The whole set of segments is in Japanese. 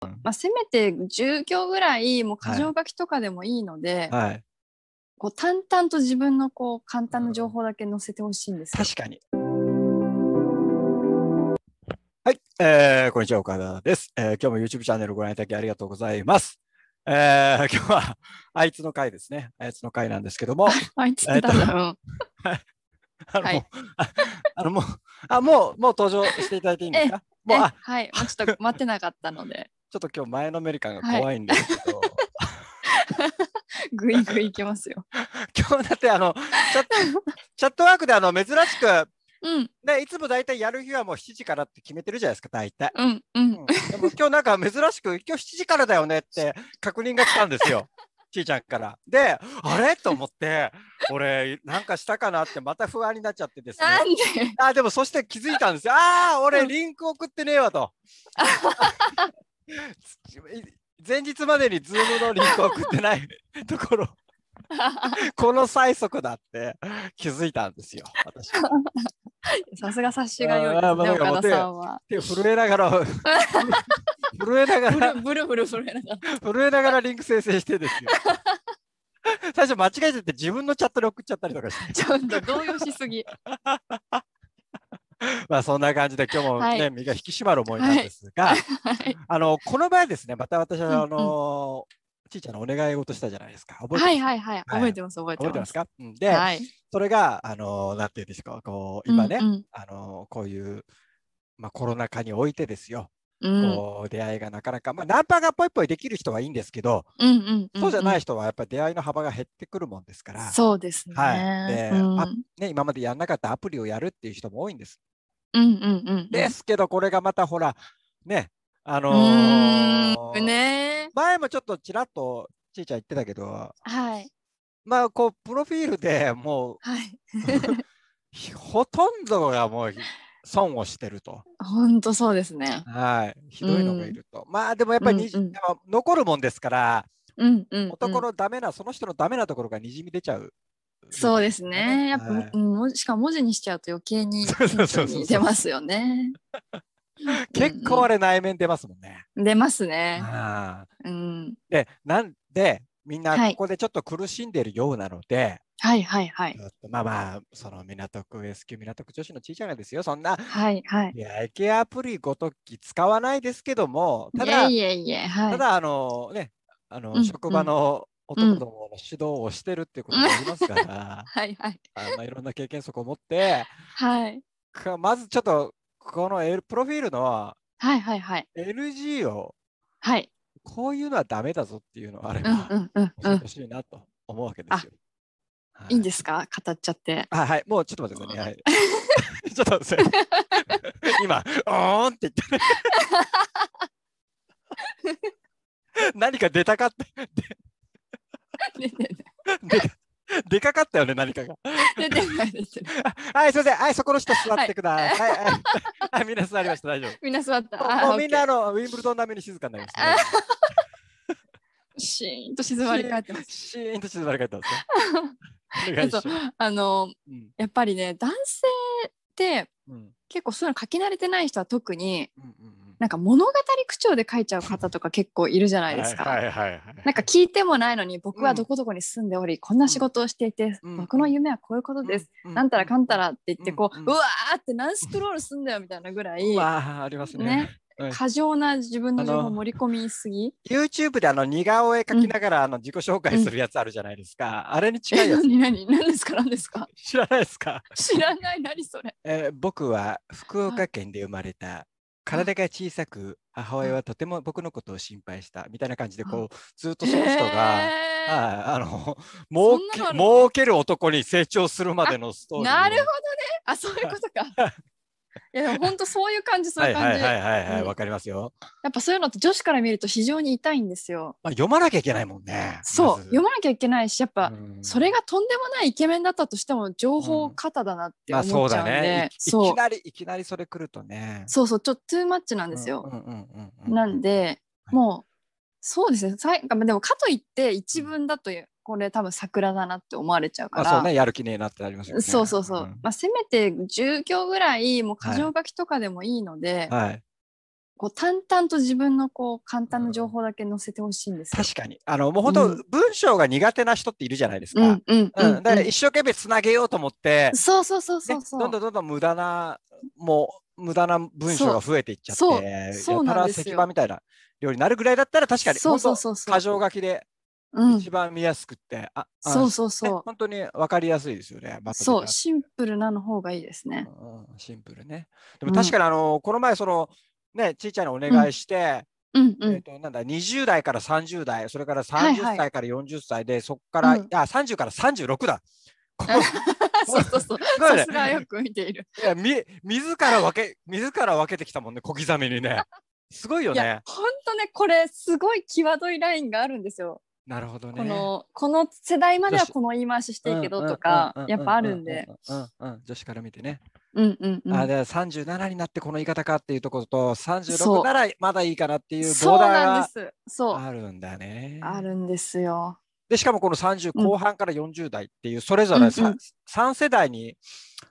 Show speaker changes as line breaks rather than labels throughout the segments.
まあ、せめて10行ぐらいもう箇条書きとかでもいいので、
はい。
こう淡々と自分のこう簡単な情報だけ載せてほしいんですよ。
確かに。はい、えー、こんにちは、岡田です、えー今日も YouTube チャンネルご覧いただきありがとうございます。えー、 今日は、あいつの会ですね。あいつの会なんですけど も、
あいつってたんだ、うん
あの、
はい
あ あのもう、あ、もう、もう登場していただいていいんですかもう、
え
あ、
はい、もうちょっ と待ってなかったので、
ちょっと今日前のめり感が怖いんですけど、
ぐいぐいいきますよ。
今日だってあの、チャット、チャットワークであの、珍しく、
うん、
ね、いつも大体やる日はもう7時からって決めてるじゃないですか、大体。
うん、うん。
でも今日なんか珍しく、今日7時からだよねって確認が来たんです よ。ちーちゃんから。で、あれと思って、俺、なんかしたかなって、また不安になっちゃってですね
な。んで
あ、でもそして気づいたんですよ。ああ、俺、リンク送ってねえわと。 前日までにズームのリンク送ってない ところ、この催促だって気づいたんですよ。 私
さすが察しが良いです
あーま
ね、
あ
岡田さん は。
で震えながら、震えなが
ブ
ら
ル、ブルブル震えながら。
震えながらリンク生成してですよ。 最初間違えちゃって自分のチャットで送っちゃったりとかし て、
ちょっと動揺しすぎ。
まあそんな感じで今日もね、
はい
身が引き締まる思いなんですが、
はい、
あのこの場合ですね、また私
うんうん
はあのちいちゃんのお願い事したじゃないですか。覚えてます,、
はい、はい、はい。覚えてます、覚えて
覚えて
ま。
ますすか、うんで、
はい、
それがあのなんていうんですか、こう今ね、
うん
あのこういうまあコロナ禍においてですよ、
うん、うん
こう出会いがなかなか、まあ、ナンパがぽいぽいできる人はいいんですけど、
うんうんうん、
そうじゃない人はやっぱり出会いの幅が減ってくるもんですから、
そうですね。
はいで
うん、
あね、今までやんなかったアプリをやるっていう人も多いんです。
うんうんうんうん。
ですけど、これがまたほら、ね、あ
う
のー
ーん。ね。
前もちょっとちらっとちいちゃん言ってたけど、
はい。
まあ、こう、プロフィールでもう
はい。
ひ、ほとんどがもうひ損をしてると。
本当そうですね。
はい。ひどいのがいると。まあ、でもやっぱりにじ、
うんうん
やっぱ残るもんですから、
うんうん、うん。
男のダメな、その人のダメなところがにじみ出ちゃう。
そうですね。やっぱ、
はい
うんもしかも文字にしちゃうと余計に
そうそうそうそう
出ますよね。
結構あ
れ、
れ内面出ますもんね。
出ますね。
ああ
うん。
で、なんで、みんな
はい
ここでちょっと苦しんでいるようなので、
はいはいはい
ち。ょっとまあまあ、その港区 S q 港区女子のちいちゃんがですよ、そんな、
はいはい。
いや、IKEA アプリごとき使わないですけども、た
い
だ、
えいえいえ。はい。
ただ、あのね、あの、
うん
職場の男どもの指導をしてるっていうことがありま すから、
はいはい。
あまあ、いろんな経験則を持って、
はい。
かまずちょっと、この L プロフィールの
はいはいはい。
NG を、
はい。
こういうのはダメだぞっていうのがあれ
う
ば、
んうんうんう
教え
ん
て。ほしいなと思うわけですよ。はい
いんですか語っちゃって。
あはい、もうちょっと待ってくださいね。はい、ちょっとすいません今、おーんって言ったね。何か出たかったで
出て
でかかったよね、何かが。
ない出てないです。
あはい、すいません。はい、そこの人座ってください。はい、はい、はい、みんな座りました。大丈夫。
みんな座った。
もう
あ
もうみんなあのウィンブルドン並みに静かになりましたね。
シーンと静まり返ってます。
シーンと静まり返ったんですね。お願いします。
あの
うん
やっぱりね男性って
うん
結構そういうの書き慣れてない人は特に
うんうん
なんか物語口調で書いちゃう方とか結構いるじゃないですか。
はいはいはいはい
なんか聞いてもないのに僕
う
は
ん
どこどこに住んでおり、こんな仕事をしていて、
うん
僕の夢はこういうことです、。なんたらかんたらって言ってこう、
う
うんわーって何スクロールすんだよみたいなぐらい、
うわあありますね。
ね
はい
過剰な自分の情
あ
報
の
盛り込みすぎ
YouTube であの似顔絵描きながらあの自己紹介するやつあるじゃないですか。あれに近いやつ
何 何何ですか何ですか
知らないですか、
知らない何それ
えー僕は福岡県で生まれた。体が小さく母親はとても僕のことを心配したみたいな感じでこうずっとその人
え
が、
ー
はいあ の儲け
そんなのあるの
儲ける男に成長するまでのストーリーを。
なるほどね。あ、そういうことか。いや、でも本当そういう感じ、そう
はいいう
感
はい
じ。
はいはいはい
うん
わかりますよ。
やっぱそういうのって女子から見ると非常に痛いんですよ。
まあ読まなきゃいけないもんね。
そう、
まず
読まなきゃいけないし、やっぱ、
うん
それがとんでもないイケメンだったとしても、情報過多だなって
まあそ
思
う
っちゃ
だ
うんで、
ね。いい
そう
きなりいきなりそれ来るとね。
そうそう、ちょっとトゥーマッチなんですよ。
うんうんうんうんうん
なんで、
はい
もう、そうですね。さいでも、かといって、一文だと、これ多分桜だなって思われちゃう
ま
か
あ
ら。
そうね、やる気ねえなってなりますよね。
そうそうそう、
ん
まあ、せめて10行ぐらいもう
は
箇
い
条書きとかでもいいので、
はい。
こう淡々と自分のこう簡単な情報だけ載せてほしいんですよ。
確かに。あの、もう本当、
うん
文章が苦手な人っているじゃないですか。
うんうんう
うんんだから一生懸命つなげようと思って、
そうそうそうそう
ね
そう。
どんどんどんどん無駄な、もう、無駄な文章が増えていっちゃって、
そうそう
や
な
た
ん
ら
ですよ
石版みたいな料理になるぐらいだったら確かに、
そうそうそうそう。
本当箇条書きで
うん
一番見やすくって、ああ
そうそうそ
ね
う。
本当に分かりやすいですよね。まとめ
そう、
が
シンプルなの方がいいですね。
うんうんシンプルね。
う
でも
ん
確かにあの、この前そのねちいちゃんにお願いして、
うんう
えっ
ん。
となんだ20代から30代それから
はい
30歳から40歳で、そこから、
うん
あ30から36だ。こ
そうそうそう。
すごい
さ
ね
すがよく見ている。
いやみ自ら分け自ら分けてきたもんね小刻みにね。すごいよ
いや
ね。、
本当ね、これすごい際どいラインがあるんですよ。
なるほどね。
このこの世代まではこの言い回ししていいけどとか
うんうんうんうん
やっぱあるんで。。
うんうんうんうん女子から見てね。
うんうんうん。
あで37になってこの言い方かっていうところと
そう
36ならまだいいかなっていう
そ
ボ
う
ーダー
なん
が
です。そう
あるんだね。
あるんですよ。
でしかもこの30
うん
後半から40代っていうそれぞれ 3,、
うんうん
三世代に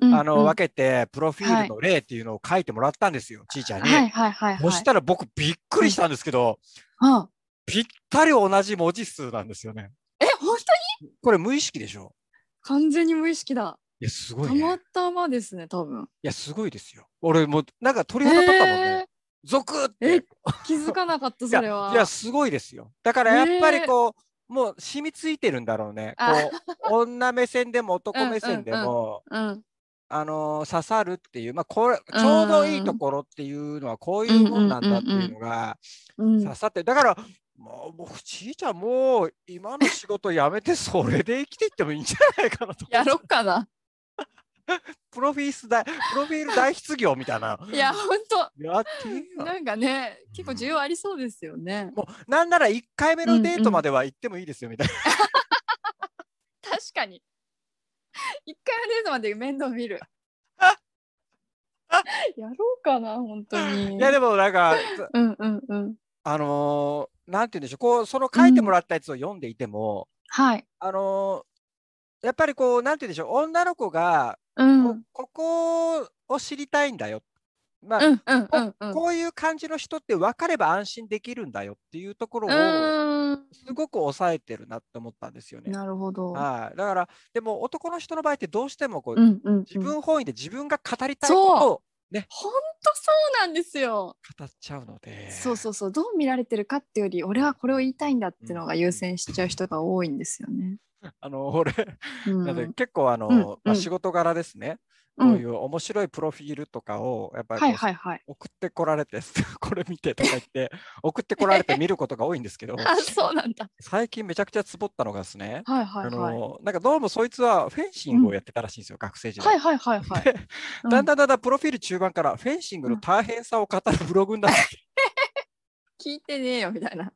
うん
あの
うん
分けてプロフィールの例っていうのを書いてもらったんですよ、ちいちゃんに。
はいはいはい
そ
はい
したら僕びっくりしたんですけど、
うん。
ぴったり同じ文字数なんですよね。
え本当に
これ無意識でしょ
完全に無意識だ。
いやすご
た
い、
ま
ね。
たまですね多分。
いやすごいですよ。俺もうなんか鳥肌立ったもんね
え。
ゾクって。
えー、気づかなかったそれは。
いやすごいですよだからやっぱりこう、もう染みついてるんだろうね
あ
こう女目線でも男目線でも、
うんうん。
あのー刺さるっていうまあこれちょうどいいところっていうのはこういうもんなんだっていうのが
うん
刺さってるだからもう僕ちいちゃんもう今の仕事辞めてそれで生きていってもいいんじゃないかなと
やろっかな。
プロフィース大プロフィール大失業みたいない
や本当。
やって いいよ
なんかね、結構需要ありそうですよね。
もう なんなら1回目
うんう
の
ん
デートまでは行ってもいいですよみたいな、
確かに。一回目デートまで面倒 見る。やろうかな、本当に。
いやでもなんか
うんうんうん。
あのーなんて言うんでしょう、こう、その書いて
うん
もらったやつを読んでいても、
はい。
あのーやっぱりこう、なんて言うんでしょう、女の子が、
う
こ
ん。うん
ここを知りたいんだよ。まあ、
うんうんうん。
こういう感じの人って分かれば安心できるんだよっていうところ
う
を、
ーん。
すごく抑えてるなって思ったんですよね。
なるほど。
はい。だから、でも男の人の場合ってどうしてもこう、
うんうんうん。
自分本位で自分が語りたい
そう
ことを
本当そうなんですよ。
語っちゃうので。
そうそうそう。どう見られてるかっていうより、俺はこれを言いたいんだっていうのが優先しちゃう人が多いんですよね。
あの、俺、
うん。う
なので
ん
結構あの、
うん
ま
う
あ、
ん
仕事柄ですね、
う。
こうんいう面白いプロフィールとかをやっぱりこ
はい
う
はいはい。
送ってこられて、 これ見てとか言って送ってこられて見ることが多いんですけど
あ、そうなんだ。
最近めちゃくちゃツボったのがですね、
はいはい
あ
はい。
のなんかどうもそいつはフェンシングをやってたらしいんですよ、学生時代。
はいはいはい はい。う
だんだんだんだんプロフィール中盤からフェンシングの大変さを語るブログになって、
聞いてねえよみたいな。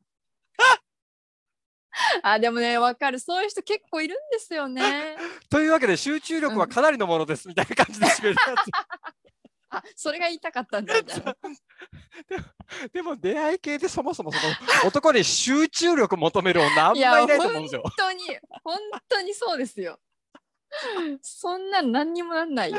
あでもねわかるそういう人結構いるんですよね。
というわけで集中力はかなりのものですみたいな感じで締めるや
あそれが言いたかったんだみたいな。
つでも出会い系でそもそもその男に集中力求める女あんまいないと思うんですよ。
本当に本当にそうですよ。そんなの何にもなんないよ。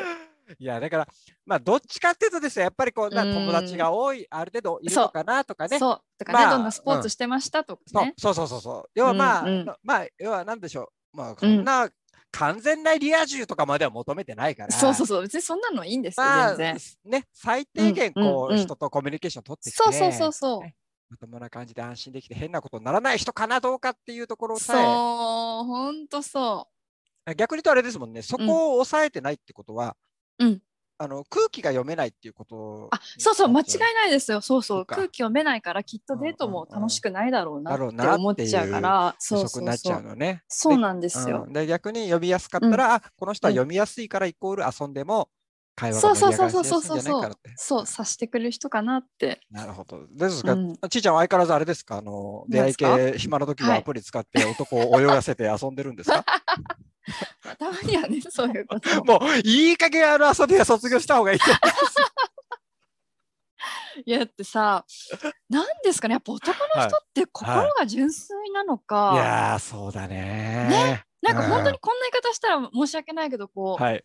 いやだからまあどっちかっていうとですねやっぱりこうな
うん
友達が多いある程度いるのかなとかねそう
そうとかね、
まあ
どんなスポーツしてましたとかね。
そうそうそうそう要はまあ、
うんうん
まあ要はなんでしょうまあこんな完全なリア充とかまでは求めてないから、
そうそうそう別にそんなのいいんですよ
まあ
全然。
ね最低限こう、
うんうんうん
人とコミュニケーション取ってきて
そうそうそうそ
ね
う。
まともな感じで安心できて変なことにならない人かなどうかっていうところ
そう
さ
本当そ
え逆に言うとあれですもんねそこを抑えてないってことは、
うん
あの空気が読めないっていうこと
う。あそうそう間違い
い
ないですよそうそ
そう
う
か
空気読めないからきっとデートも楽しくないだろうな
だ
っ
ろう
て
な
思っちゃうから
不
そう
足
そ
に
う
なっち
そ
ゃ
う
う。のね。
そうなんですよ
う。んで逆に読みやすかったら、あこの人は読みやすいからイコール遊んでも会話が盛り上がりやすいんじゃないからって。
そう、察してくれる人かなって。
なるほど。です
う
が、
ん、
ちいちゃんは相変わらずあれですかあの出
何で
会い
すか
系暇な時は
は
はいアプリ使って男を泳がせて遊んでるんで すか、
まあたまにはね、そういうことも。
もういい加減あの遊びは卒業した方がいいと思う。
いや、だってさ、なんですかね、やっぱ男の人って心が純粋なのか、
いやーそうだね
ねなんか本当にこんな言い方したら申し訳ないけど、こう、
はい。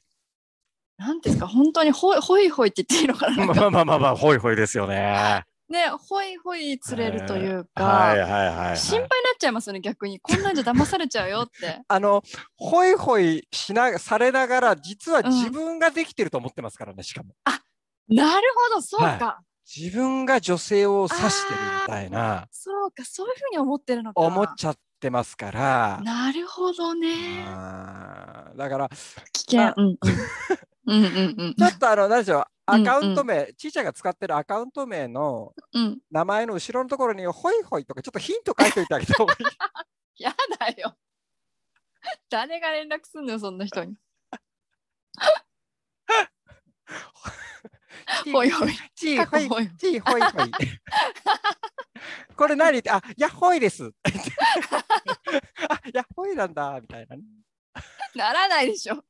なんていうんですか、本当にほいほいほいって言っていいのかな。
まあまあまあまあまあ、ほいほいですよね。
ね、ほいほい釣れるというか、
はいはいはい、はい。
心配になっちゃいますよね、逆に。こんなんじゃ騙されちゃうよ って。
あの、ホイホイしな、されながら、実は
うん
自分ができてると思ってますからね、しかも。
なるほど、そうか、
自分が女性を指してるみたいな、
そうか、そういうふうに思ってるのか。
思っちゃってますから。
なるほどね。
あーだから、ち
危険
あ。
うんうん。うんうんうん
ょっとあの、何でしょ
うん
う、
う
ア
ん
カウント名、ちいちゃんが使ってるアカウント名の
うん。
名前の後ろのところに、ホイホイとか、ちょっとヒント書いといてあげた方がいい。
やだよ。誰が連絡すんのよ、そんな人に。 ほいほい。
ちい
過
ほ
去
い
ほい。
ちいほいほい。 これ何って、あ、やっほいです。 あ、やっほいなんだ、みたいなね。
ならないでしょ。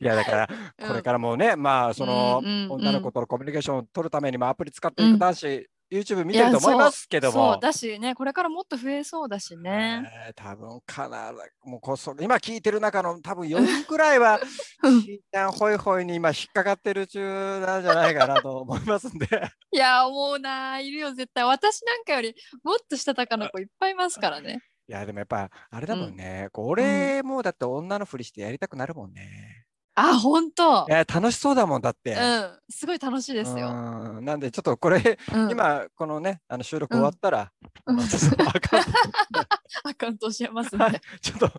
いや、だから、
うん
これからもね、まあ、その
うんうんう、ん
女の子とのコミュニケーションを取るためにもアプリ使っていく男子、YouTube
い
見て
や
ると思いますけど
そう
も。
だしね、これからもっと増えそうだしね。
えー多分かな、もうこっそり今聞いてる中の多分4人くらいは、
うん
ちいちゃんほいほいに今引っかかってる中なんじゃないかなと思いま すんで。
いや、思うなー、いるよ、絶対。私なんかよりもっとしたたかな子いっぱいいますからね。
いや、でもやっぱ、あれだも
うん
んね。こ俺もだって女のふりしてやりたくなるもんね。
あ、本当。
えー楽しそうだもんだって。
うん、すごい楽しいですよ。
うんなんで、ちょっとこれ、
うん、
今、このね、あの収録終わったら、
うん
あの ちょっとアカウン
アカウント教えます
トは
ね
い。ちょっと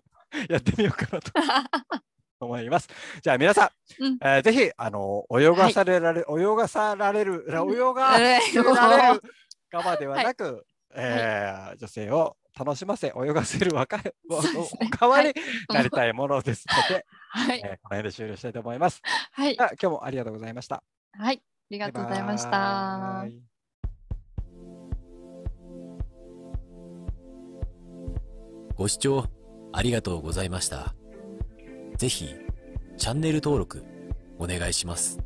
やってみようかなと思います。じゃあ、皆さん、
うん
えーぜひ、あの、泳がされられ、泳がさられる、
うん
泳が
え
せ
ー
ら
も
れ
う
る側ではなく、えー女性を楽しませ、泳がせる若い、
そうですね
お代わり
は
なりたいものですので、
はい、
えーこの辺で終了したいと思います。
はい
じ、ゃあ今日もありがとうございました。あ
はい、ありがとうございました。
ご視聴ありがとうございました。ぜひ、チャンネル登録お願いします。